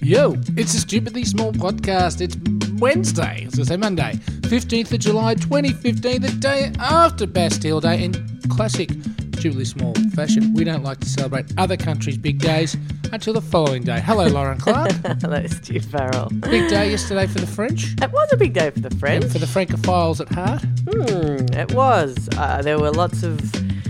Yo, it's a stupidly small podcast. It's Wednesday, I was gonna say Monday, 15th of July 2015, the day after Bastille Day in classic stupidly small fashion. We don't like to celebrate other countries' big days until the following day. Hello, Lauren Clark. Hello, Stu Farrell. big day yesterday for the French. It was a big day for the French. And for the Francophiles at heart. Hmm, it was. Uh, there were lots of.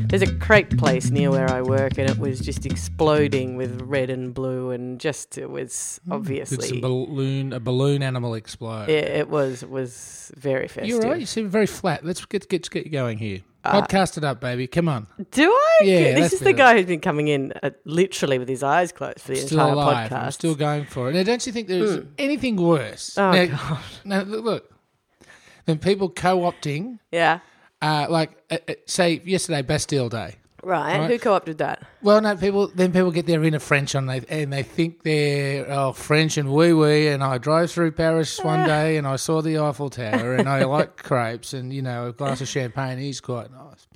There's a crepe place near where I work, and it was just exploding with red and blue, and just it was Hmm. Did some obviously. balloon, a balloon animal explode. Yeah, it was was very festive. You're right. You seem very flat. Let's get get, get going here. Podcast it up, baby. Come on. Do I? Yeah, that's this is the better. guy who's been coming in uh, literally with his eyes closed for the still entire alive. podcast. Hmm. I'm still going for it. Now, don't you think there's anything worse? Oh, now, God. now, look, look, than people co-opting, yeah, uh, like uh, uh, say yesterday Bastille Day. right. Right. Hmm. Who co-opted that? Well, no, people then people get their inner French on they, and they think they're oh, French and wee wee. And I drove through Paris Ah. one day and I saw the Eiffel Tower and I like crepes and you know a glass of champagne is quite nice.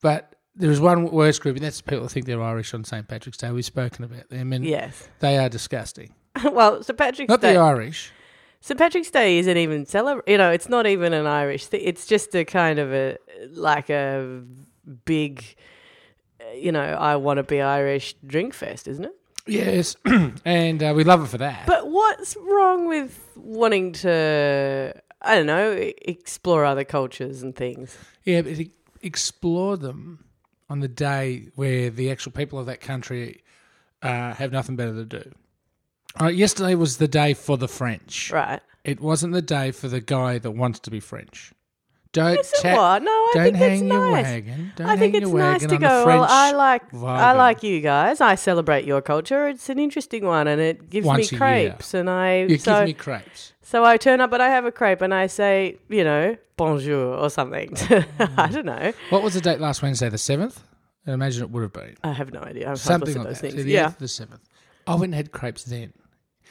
But there is one worse group, and that's people that think they're Irish on St Patrick's Day. We've spoken about them, and Yes. they are disgusting. well, Sir Patrick's Not Day. the Irish. St Patrick's Day isn't even celebrate. You know, it's not even an Irish thing. It's just a kind of a like a big, uh, you know, I want to be Irish drink fest, isn't it? Yes, and uh, we love it for that. But what's wrong with wanting to? I don't know, e- explore other cultures and things. yeah, but e- explore them on the day where the actual people of that country uh, have nothing better to do. All right, yesterday was the day for the French. Right? It wasn't the day for the guy that wants to be French. Don't Yes, it ta- was. No, I don't think hang it's your nice. wagon. Don't I think hang it's your nice wagon to on the go. Well, French I like I wagon. like you guys. I celebrate your culture. It's an interesting one, and it gives Once a me year. crepes. And I You so give me crepes. So I turn up and I have a crepe and I say, you know, bonjour or something. Mm. I don't know. What was the date last Wednesday? The seventh. I imagine it would have been. I have no idea. I'm Something helpless like at those that. So things. the Yeah. 8th, the seventh. I went and had crepes then.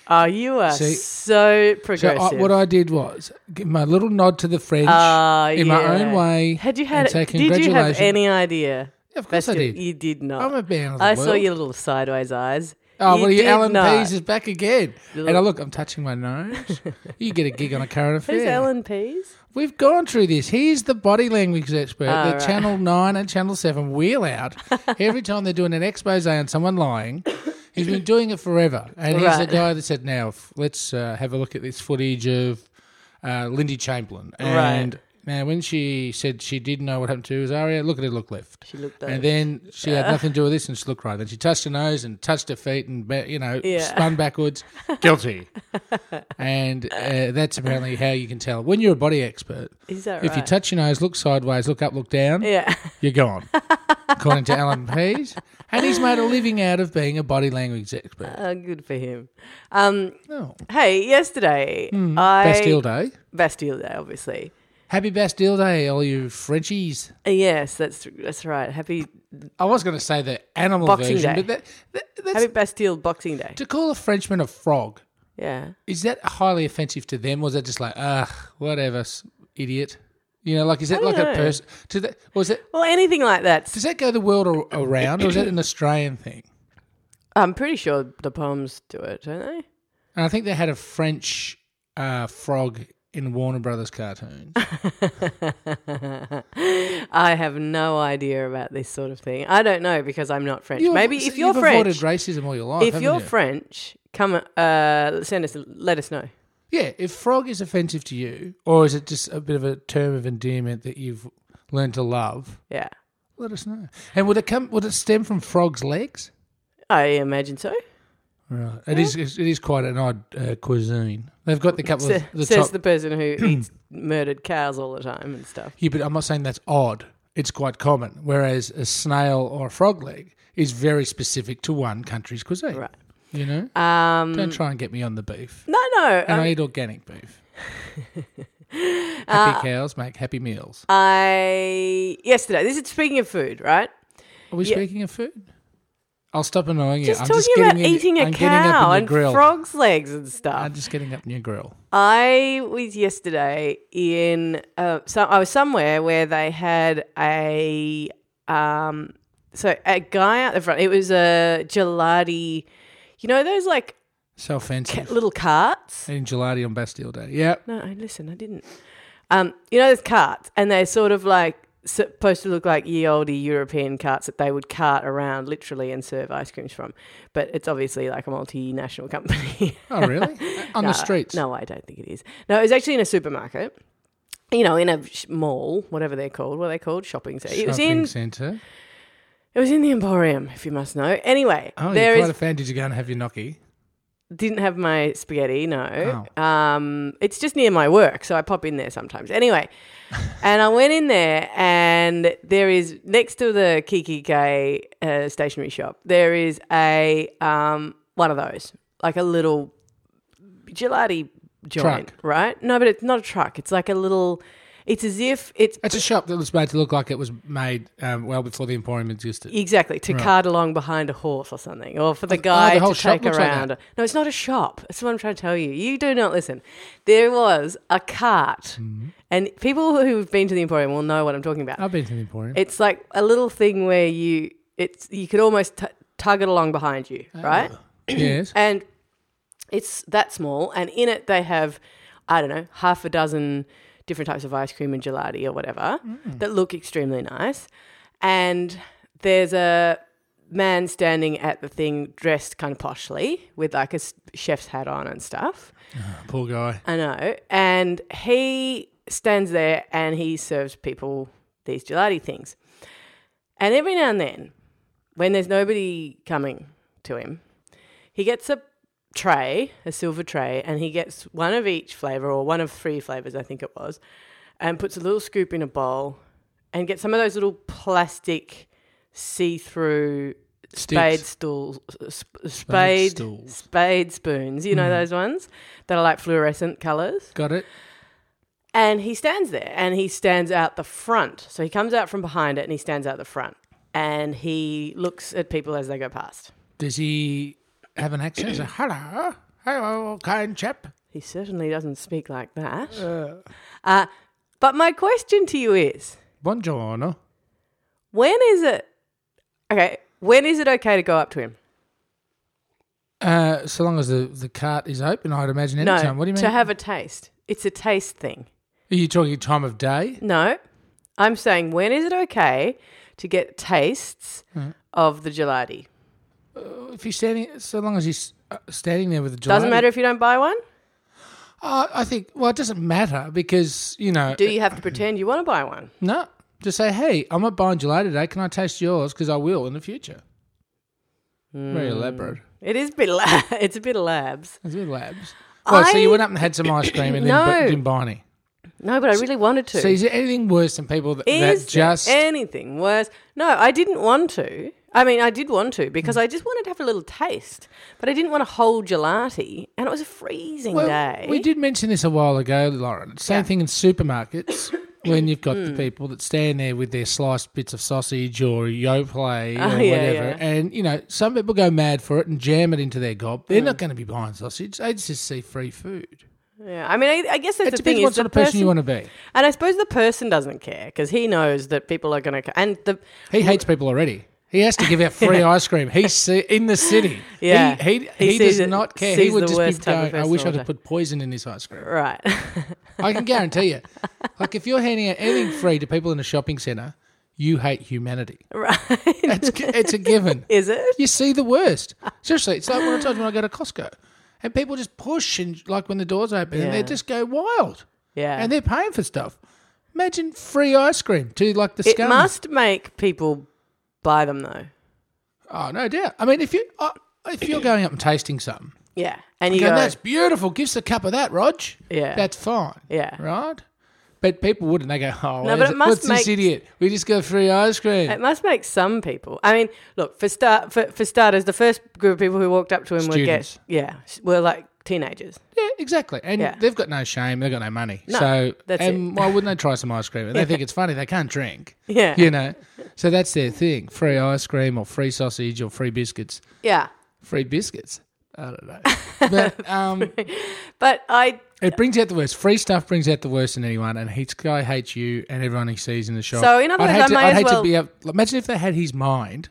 Oh, you are See- so So progressive. I, what I did was give my little nod to the French Ah, in my yeah. own way. had you and had? say Did you have congratulations. any idea? Yeah, of course I That's it. did. You did I'm not. a man of the I world. saw your little sideways eyes. Oh, well, your did Alan not. Pease is back again. And I look, I'm touching my nose. you get a gig on a current affair. Who's Alan Pease? We've gone through this. He's the body language expert Ah, that right. Channel 9 and Channel 7 wheel out every time they're doing an expose on someone lying. He's been doing it forever. And he's the Right. guy that said, now, f- let's uh, have a look at this footage of uh, Lindy Chamberlain. Right. And now, when she said she didn't know what happened to Azaria, look at her look left. She looked And over. then she had nothing to do with this and she looked right. Then she touched her nose and touched her feet and, ba- you know, Yeah. spun backwards. Guilty. and uh, that's apparently how you can tell. When you're a body expert, Is that if you right? touch your nose, look sideways, look up, look down, yeah. you're gone. According to Alan Pease. And he's made a living out of being a body language expert. Oh, good for him. Um, Oh. hey, yesterday I Mm. Bastille Day. Bastille Day, obviously. Happy Bastille Day, all you Frenchies. Yes, that's that's right. Happy I was going to say the animal Boxing version, Day. but that, that, that's, Happy Bastille Boxing Day. to call a Frenchman a frog, Yeah. is that highly offensive to them? Or is that just like, ugh, whatever, s- idiot? You know, like, is that like a know. person? To that, was that, Well, anything like that. does that go the world a- around, or is that an Australian thing? I'm pretty sure the poems do it, don't they? And I think they had a French uh, frog in Warner Brothers cartoons. I have no idea about this sort of thing. I don't know because I'm not French. You've- Maybe if you're you've avoided French, racism all your life. if haven't you're you? French, come uh, send us. Let us know. yeah, if frog is offensive to you, or is it just a bit of a term of endearment that you've learned to love? Yeah, Let us know. And would it come? Would it stem from frogs' legs? I imagine so. Right. It is. It is quite an odd uh, cuisine. They've got the couple Sa- of the says top. the person who eats murdered cows all the time and stuff. yeah, but I'm not saying that's odd. It's quite common. Whereas a snail or a frog leg is very specific to one country's cuisine. Right. You know. Um, Don't try and get me on the beef. no, no. And I, I eat organic beef. Uh, happy cows make happy meals. I yesterday. This is speaking of food, right? Are we yeah. speaking of food? I'll stop annoying Just you. I'm talking just about getting in- eating a I'm getting up in cow your and grill. frogs' legs and stuff. I'm just getting up in your grill. I was yesterday in uh, so I was somewhere where they had a um so a guy out the front. It was a gelati, you know those like So offensive. Ca- little carts. Eating gelati on Bastille Day. Yeah. No, I- listen, I didn't. Um, you know, there's carts, and they're sort of like supposed to look like ye olde European carts that they would cart around literally and serve ice creams from. But it's obviously like a multinational company. Oh, really? on No, the streets. No, I don't think it is. No, it was actually in a supermarket. You know, in a sh- mall, whatever they're called. What are they called? Shopping centre. It was in. Shopping centre. It was in the Emporium, if you must know. Anyway, Oh, there you're quite is a fan. Did you go and have your gnocchi? didn't have my spaghetti. No, um, it's just near my work, so I pop in there sometimes. Anyway, and I went in there, and there is next to the Kiki K uh, stationery shop, there is a um, one of those, like a little gelati joint, Truck. right? No, but it's not a truck. It's like a little. It's as if it's It's a shop that was made to look like it was made um, well before the Emporium existed. Exactly, to cart along behind a horse or something, or for the guy Oh, the whole to shop take looks like around. no, it's not a shop. That's what I'm trying to tell you. You do not listen. There was a cart, Mm-hmm. and people who've been to the Emporium will know what I'm talking about. I've been to the Emporium. It's like a little thing where you it's you could almost t- tug it along behind you, Oh. right? yes. And it's that small, and in it they have, I don't know, half a dozen different types of ice cream and gelati or whatever that look extremely nice. And there's a man standing at the thing dressed kind of poshly with like a s- chef's hat on and stuff. Poor guy. I know. And he stands there and he serves people these gelati things. And every now and then, when there's nobody coming to him, he gets a tray, a silver tray, and he gets one of each flavor or one of three flavors, I think it was, and puts a little scoop in a bowl and gets some of those little plastic see through spade Sticks. stools, sp- spade, spade, stools. Hmm. spoons, you know those ones that are like fluorescent colors? Got it? And he stands there and he stands out the front. So he comes out from behind it and he stands out the front and he looks at people as they go past. Does he have an accent? So, hello. Hello, kind chap. He certainly doesn't speak like that. Uh, but my question to you is Buongiorno. when is it okay? When is it okay to go up to him? Uh, so long as the, the cart is open, I'd imagine any No, time. What do you mean? to have a taste. It's a taste thing. Are you talking time of day? No, I'm saying when is it okay to get tastes of the gelati? If he's standing, so long as he's uh, standing there with the Doesn't gelati- matter if you don't buy one. Uh, I think. Well, it doesn't matter because you know. Do you have to pretend you want to buy one? no, just say, hey, I'm not buying gelati today. Can I taste yours? Because I will in the future. Very Hmm. elaborate. It is a bit. La- it's a bit of labs. It's a bit labs. Well, so I- you went up and had some ice cream and then No. bu- didn't buy any. No, but I really wanted to. So is there anything worse than people that, that is there just? anything worse? No, I didn't want to. I mean, I did want to because I just wanted to have a little taste, but I didn't want a whole gelati, and it was a freezing day. Well, we did mention this a while ago, Lauren. Same thing in supermarkets when you've got Hmm. the people that stand there with their sliced bits of sausage or Yoplait Oh, or yeah, whatever. yeah. And, you know, some people go mad for it and jam it into their gob. Hmm. They're not going to be buying sausage. They just see free food. Yeah, I mean, I, I guess that's It the thing. depends what Is the sort of person, you want to be. and I suppose the person doesn't care because he knows that people are going to. And the He hates people already. He has to give out free ice cream. He's se- in the city. Yeah. He, he, He he, sees does it- not care. He sees would the just be worst type of going, I person wish all I day." could put poison in this ice cream. right, I can guarantee you. Like if you're handing out anything free to people in a shopping centre, you hate humanity. right, It's, it's a given. is it? You see the worst. Seriously, it's like when I told you when I go to Costco, and people just push and like when the doors open, and Yeah. they just go wild, Yeah, and they're paying for stuff. Imagine free ice cream to like the it scum. must make people buy them though. Oh no doubt. I mean, if you uh, if you're going up and tasting something, Yeah, and you you go, go, that's beautiful. Give us a cup of that, Rog. Yeah. that's fine. Yeah. right. But people wouldn't. They go, oh, No, but where's it must what's make- this idiot? We just got free ice cream. It must make some people. I mean, look for start for, for starters, the first group of people who walked up to him Students. were get yeah were like teenagers. Yeah, exactly. And Yeah. they've got no shame. They've got no money. so, that's and why wouldn't they try some ice cream? And they think it's funny. They can't drink. Yeah. You know, so that's their thing free ice cream or free sausage or free biscuits. Yeah, Free biscuits. I don't know. But um, but I it brings out the worst. Free stuff brings out the worst in anyone. And his guy hates you and everyone he sees in the shop. So, in other I'd words, hate I to, may I'd as hate well- Hmm. to be. Up, imagine if they had his mind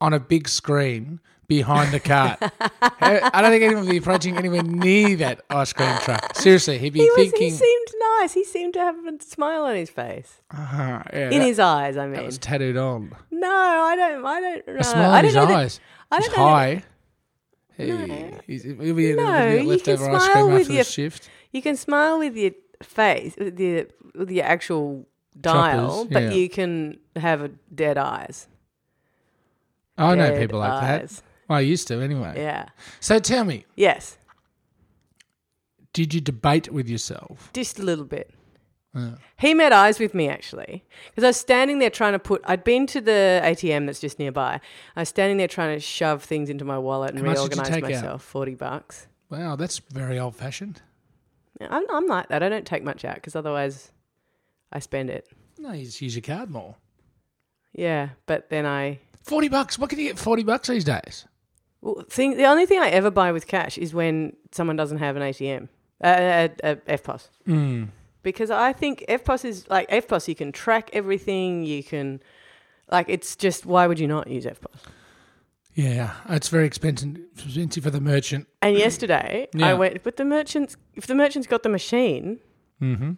on a big screen behind the cart. I don't think anyone would be approaching anywhere near that ice cream truck. Seriously, he'd be He, was, thinking, he seemed nice. He seemed to have a smile on his face. uh-huh, yeah, In that- his eyes, I that mean. was tattooed on. No, I don't. I don't. know. A smile Uh, in I don't his know that- eyes. I He's don't know that- high. Hey, he's, he'll be eating No, a you can leftover ice smile cream with after the your shift. You can smile with your face, with your, with your actual dial, Choppers, but yeah. you can have a dead eyes. I know Dead people like that. eyes. Well, I used to anyway. Yeah. So tell me, Yes. did you debate with yourself? Just a little bit. Yeah. He met eyes with me actually, because I was standing there trying to put. I'd been to the ATM that's just nearby. I was standing there trying to shove things into my wallet and How much did you reorganize take out? myself. Forty bucks. Wow, that's very old fashioned. Yeah, I'm, I'm like that. I don't take much out because otherwise, I spend it. No, you just use your card more. Yeah, but then I Forty bucks. What can you get for forty bucks these days? well, thing. The only thing I ever buy with cash is when someone doesn't have an ATM, uh, uh, uh, FPOS, Mm. because I think FPOS is like FPOS. You can track everything. You can, like, it's just why would you not use FPOS? Yeah, it's very expensive, expensive for the merchant. And yesterday Yeah. I went, but the merchants, if the merchant's got the machine, Mm-hmm.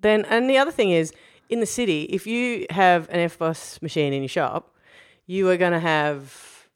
then, and the other thing is in the city, if you have an FBOS machine in your shop, you are going to have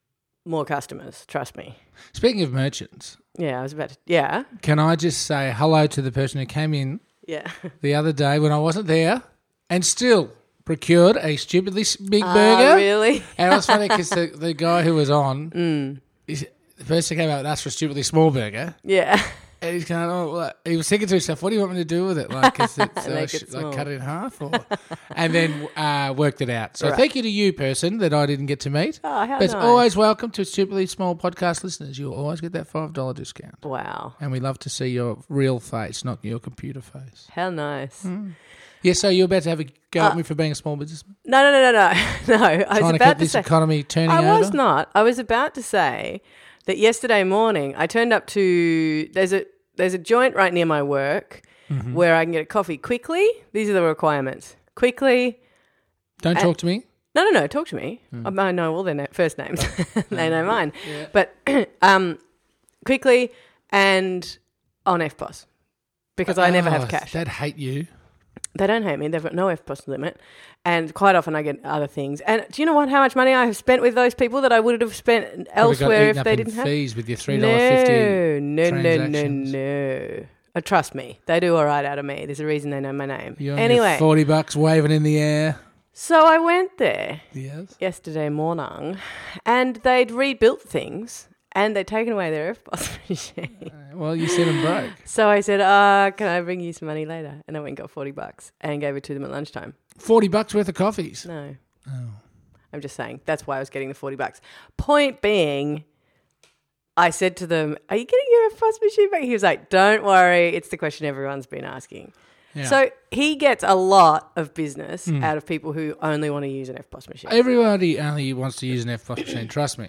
more customers. Trust me. Speaking of merchants, Yeah, I was about to, yeah, can I just say hello to the person who came in yeah. the other day when I wasn't there and still procured a stupidly s- big burger? Ah, really? And it was funny because the, the guy who was on, he's- the person who came out and asked for a stupidly small burger, Yeah. and he's going, oh, well, he was thinking to himself, what do you want me to do with it? Like, is it, so I Make it should, like small. cut it in half? Or, and then uh, worked it out. So Right. thank you to you, person, that I didn't get to meet. Oh, how But it's nice. always welcome to Stupidly Small podcast listeners. You'll always get that $5 discount. wow. And we love to see your real face, not your computer face. How nice. Mm. Yeah, so you're about to have a go at me for being a small businessman? No, no, no, no, no. no, I was Trying to keep Uh, about to this say. economy turning I over? was not. I was about to say that yesterday morning I turned up to there's a there's a joint right near my work Mm-hmm. where I can get a coffee quickly. These are the requirements. Quickly. Don't talk to me. No, no, no. Talk to me. Mm. Um, I- I know all their na- first names. they know mine. But um, quickly and on FPOS because I never Oh, have cash. They'd hate you. They don't hate me. They've got no FPOS limit. And quite often I get other things. And do you know what? How much money I have spent with those people that I would have spent Probably got elsewhere eaten if up they in didn't have? fees with your three dollar fifty. No, no, no, no, transactions. no. Uh, trust me, they do all right out of me. There's a reason they know my name. You're on your anyway, forty bucks waving in the air. so I went there Yes. yesterday morning and they'd rebuilt things and they'd taken away their FPOS machine. Well, you said them broke. So I said, uh, can I bring you some money later? And I went and got 40 bucks and gave it to them at lunchtime. Forty bucks worth of coffees. No. Oh. I'm just saying that's why I was getting the 40 bucks. Point being, I said to them, Are you getting your FOS machine back? He was like, Don't worry. It's the question everyone's been asking. Yeah. Hmm. So he gets a lot of business out of people who only want to use an FPOS machine. I, Everybody only wants to use an F plus machine. Trust me.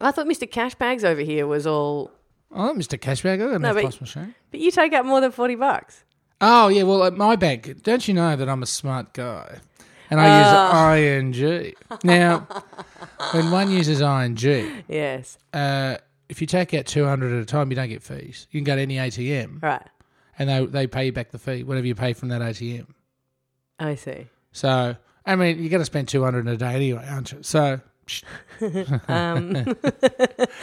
thought Mr. Cashbags over here was all, Oh, Mr. Cashback, I got an No, F but- plus machine. but you take out more than 40 bucks. Oh yeah. Well, at my bank, don't you know that I'm a smart guy, and Ah. I use ing. Now, when one uses ing, Yes. uh, if you take out two hundred at a time, you don't get fees. You can go to any ATM. All right. and they they pay you back the fee, whatever you pay from that ATM. I see. So I mean, you're going to spend two hundred in a day anyway, aren't you? So psh, Um,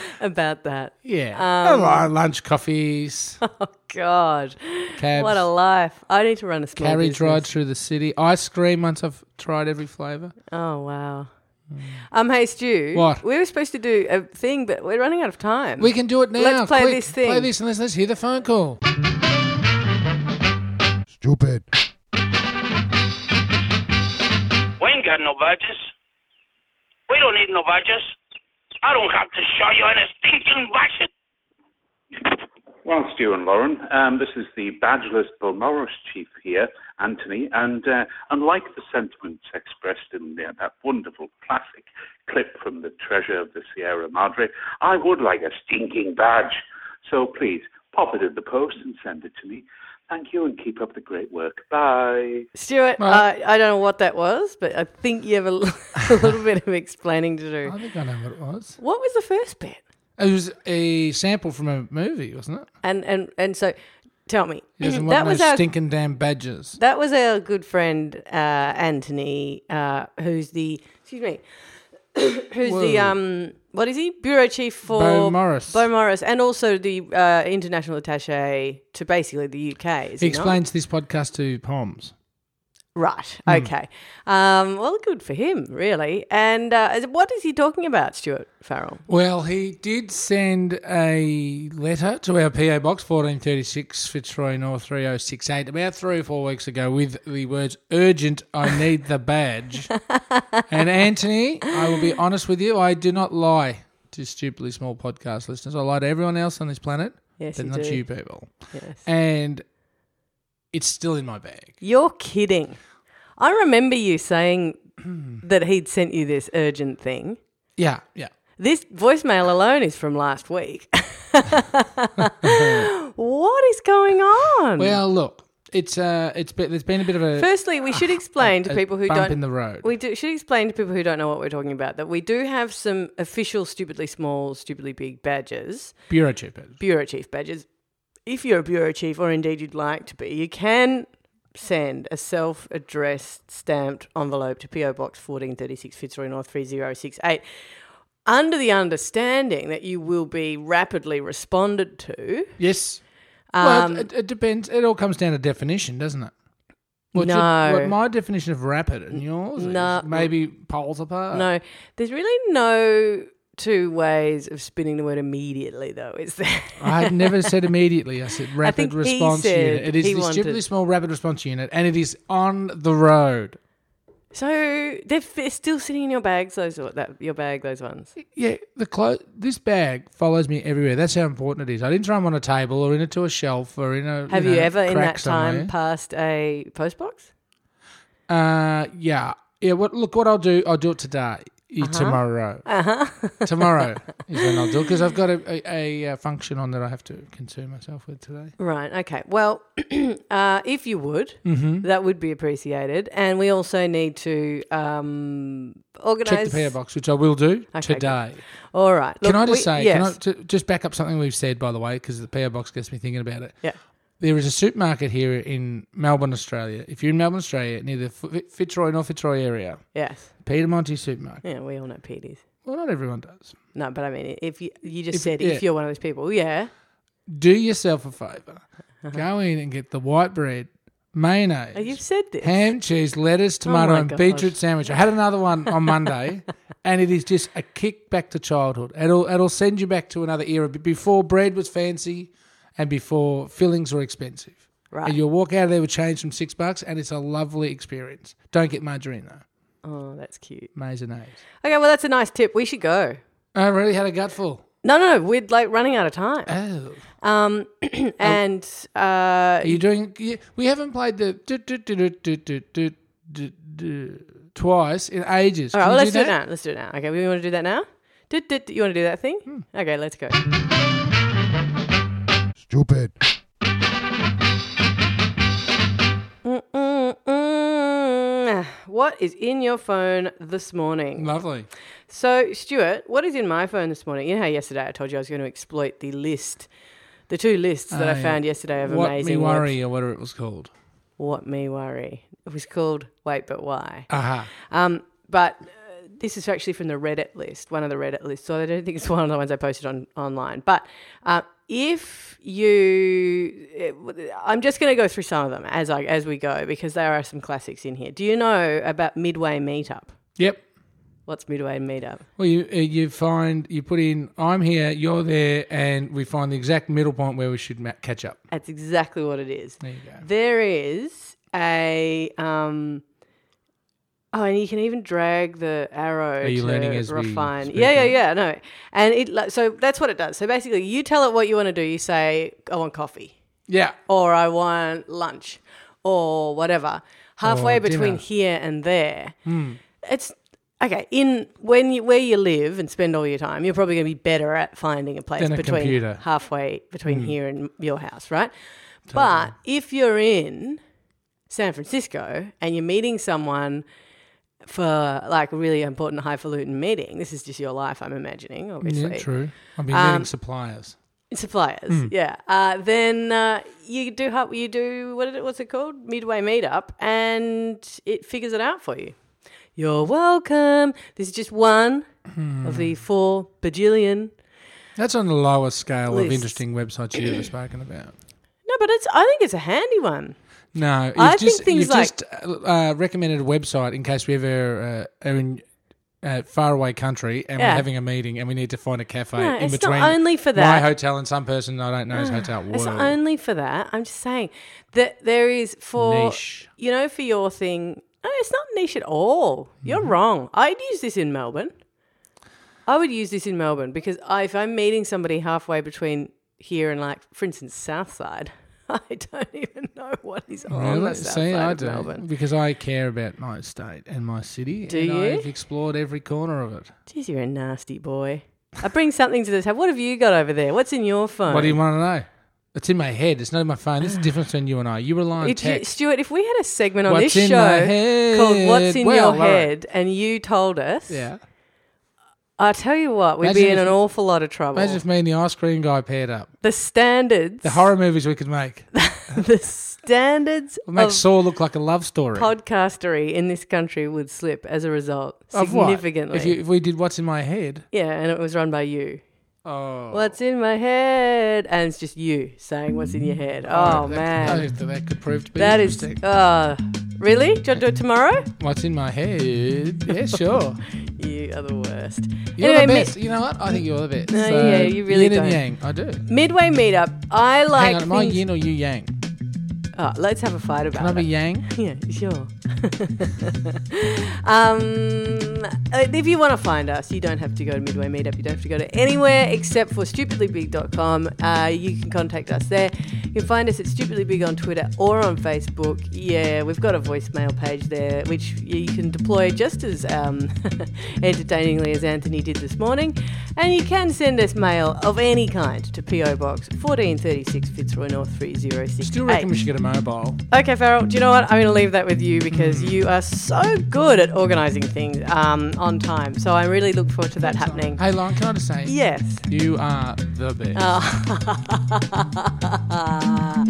about that. yeah, Um, All right, lunch, coffees, Oh, God. cabs, What a life. I need to run a small carriage business. ride through the city, ice cream. Once I've tried every flavour, Oh wow. Um, hey Stu. Hmm. What? We were supposed to do a thing, but we're running out of time. we can do it now. Let's play Quick, this thing. Play this and let's, let's hear the phone call. Stupid. We ain't got no badges. We don't need no badges. I don't have to show you any stinking badges. Well, Stu and Lauren, um, this is the badgeless Balmorus chief here, Anthony, and uh, unlike the sentiments expressed in uh, that wonderful classic clip from The Treasure of the Sierra Madre, I would like a stinking badge. So please, pop it in the post and send it to me. Thank you and keep up the great work. Bye. Stuart, uh, Right. I, I don't know what that was, but I think you have a, l- a little bit of explaining to do. I think I know what it was. What was the first bit? It was a sample from a movie, wasn't it? And and and so, tell me, He doesn't Mm, that want was no our stinking damn badges. that was our good friend uh, Anthony, uh, who's the excuse me, who's the Whoa. um what is he bureau chief for Bo Morris. Bo Morris, and also the uh, international attaché to basically the UK. Is He he not? explains this podcast to Poms. Right. Hmm. Okay. Um, well, good for him, really. And uh, is- what is he talking about, Stuart Farrell? Well, he did send a letter to our PO box, 1436 Fitzroy North 3068, about three or four weeks ago with the words, Urgent, I need the badge. and Anthony, I will be honest with you, I do not lie to stupidly small podcast listeners. I lie to everyone else on this planet, Yes, but you not do. you people. Yes. And it's still in my bag. You're kidding. I remember you saying that he'd sent you this urgent thing. Yeah, yeah. This voicemail alone is from last week. what is going on? Well, look, it's uh, it's been, there's been a bit of a Firstly, we should explain to a people who bump don't in the road. We do, should explain to people who don't know what we're talking about that we do have some official stupidly small, stupidly big badges. bureau chipper. bureau chief badges. If you're a bureau chief, or indeed you'd like to be, you can send a self addressed stamped envelope to PO Box 1436 Fitzroy North 3068 under the understanding that you will be rapidly responded to. Yes. Um, well, it, it depends. It all comes down to definition, doesn't it? What's your- No. what my definition of rapid and yours is No. maybe poles apart. No, there's really no two ways of spinning the word immediately, though, is there? I had never said immediately. I said rapid think he response said unit. It is he the stupidly wanted- small rapid response unit, and it is on the road. so they're, f- they're still sitting in your bags, those that, your bag, those ones. Yeah, the clo- this bag follows me everywhere. That's how important it is. I didn't throw them on a table or into a shelf or in a. Have you, know, ever in crack that time somewhere. passed a post box? Uh, yeah, yeah. What? Look, what I'll do, I'll do it today, Uh-huh. eh, tomorrow. tomorrow is when I'll do it because I've got a, a, a uh, function on that I have to concern myself with today. Right. Okay. Well, uh, if you would, Mm-hmm. that would be appreciated. And we also need to um, Check organise. the PO box, which I will do Okay, today. All right. Can Look, I just we- say? Can I Yes. ju- just back up something we've said by the way, because the PO box gets me thinking about it. Yeah. There is a supermarket here in Melbourne, Australia. If you're in Melbourne, Australia, near the F- Fitzroy North Fitzroy area, Yes. Piedemonte Supermarket. Yeah. We all know PDs. Well, not everyone does. No, but I mean, if you you just If- said yeah. if you're one of those people, yeah. Do yourself a favor. Uh-huh. Go in and get the white bread, mayonnaise. Oh, You've said this. ham, cheese, lettuce, tomato, Oh my and gosh. beetroot sandwich. I had another one on Monday, and it is just a kick back to childhood. It'll it'll send you back to another era b- before bread was fancy, and before fillings were expensive. Right. And you'll walk out of there with change from six bucks, and it's a lovely experience. Don't get margarine though. oh, that's cute. Mayonnaise. Okay. Well, that's a nice tip. We should go. I really had a gutful. No, no, no. We're like running out of time. Oh, Um, and are uh, you doing? you- We haven't played the do- do- do- do- do- do- do- do- do twice in ages. all right. Can Well, you let's do do it that? now. Let's do it now. Okay. We want to do that now. Did, did, you want to do that thing? Hmm. Okay. Let's go. Stupid. Mm-mm-mm. What is in your phone this morning? Lovely. So, Stuart, what is in my phone this morning? You know how yesterday I told you I was going to exploit the list, the two lists that Oh, I found yesterday of What me amazing worry or whatever it was called. webs- What me worry? It was called Wait But Why. Aha. Um, but uh, this is actually from the Reddit list, one of the Reddit lists. So I don't think it's one of the ones I posted on online. But uh, if you, it- I'm just going to go through some of them as I as we go because there are some classics in here. Do you know about Midway Meetup? Yep. What's Midway Meetup? Well, you uh, you find you put in I'm here, you're there, and we find the exact middle point where we should ma- catch up. That's exactly what it is. There you go. There is a um Oh, and you can even drag the arrow Are you to learning as we refine. speak yeah, yeah, here? yeah. No, and it like, so that's what it does. So basically, you tell it what you want to do. You say, "I want coffee," Yeah. or "I want lunch," or whatever. Halfway Or between dinner. Hmm. here and there, it's okay, in when you, where you live and spend all your time, you're probably going to be better at finding a place Than a between computer. Hmm. halfway between here and your house, right? But if you're in San Francisco and you're meeting someone for like a really important highfalutin meeting, this is just your life, I'm imagining, obviously Yeah, true. I've been Um, meeting suppliers. suppliers. Yeah. Uh, then uh, you do help. You do what? Is it, what's it called? Midway meetup, and it figures it out for you. You're welcome. This is just one of the four bajillion. That's on the lower scale of Lists. interesting websites you've ever spoken about. No, but it's. I think it's a handy one. No, I you've think just, things you've like- just uh, uh, recommended a website in case we ever uh, are in a faraway country and Yeah. we're having a meeting and we need to find a cafe No, in it's not between only for my that. Ah, hotel and some person I don't know's hotel. It's Whoa. only for that. I'm just saying that there is for Niche. you know for your thing. No, it's not niche at all. You're Mm-hmm. wrong. I'd use this in Melbourne. I would use this in Melbourne because I, if I'm meeting somebody halfway between here and like, for instance, Southside, I don't even know what is on Really? the south See, side I of do Melbourne. because I care about my state and my city. Do and you? I've explored every corner of it. Jeez, you're a nasty boy. I bring something to the table. What have you got over there? What's in your phone? What do you want to know? It's in my head. It's not in my phone. This is the difference between you and I. You rely on If you- text. Stuart, if we had a segment on What's this in show my head? called "What's in Well, Your all right. Head," and you told us, yeah. I tell you what, we'd Imagine be in if- an awful lot of trouble. Imagine if me and the ice cream guy paired up. the standards, The horror movies we could make. the standards It makes of Saw look like a love story. podcastery in this country would slip as a result Of what? significantly. If, you, if we did what's in my head. yeah, and it was run by you. Oh. What's in my head? And it's just you saying what's in your head. Oh, man, That, that could prove to be that is. interesting. Uh, really? Do you want to do it tomorrow? What's in my head? Yeah, sure. You are the worst. You're Anyway, the mi- best. you know what? I think you're the best. No, yeah, you really yin don't. and yang. I do. Midway meetup. I like. Hang on, am I things- yin or you yang? Oh, let's have a fight about Can I be it. yang? Yeah, sure. um, uh, if you want to find us, you don't have to go to Midway Meetup. You don't have to go to anywhere except for stupidlybig.com. Uh, you can contact us there. You can find us at stupidlybig on Twitter or on Facebook. Yeah, we've got a voicemail page there, which you can deploy just as um, entertainingly as Anthony did this morning. And you can send us mail of any kind to PO Box 1436 Fitzroy North 306. Still reckon we should get a mobile. Okay, Farrell, do you know what? I'm going to leave that with you because you are so good at organising things um, on time. So I really look forward to that happening. Hey, Lon, can I just say? Yes. You are the best. Oh,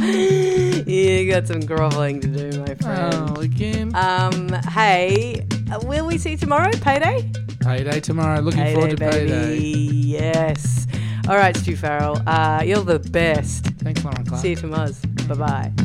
you got some grovelling to do, my Oh, friend. again. Um, hey, uh, will we see you tomorrow? Payday? payday tomorrow. Looking forward Payday, to baby. payday. Yes. All right, Stu Farrell, uh, you're the best. Thanks, Lauren Clark. See you tomorrow. Bye bye.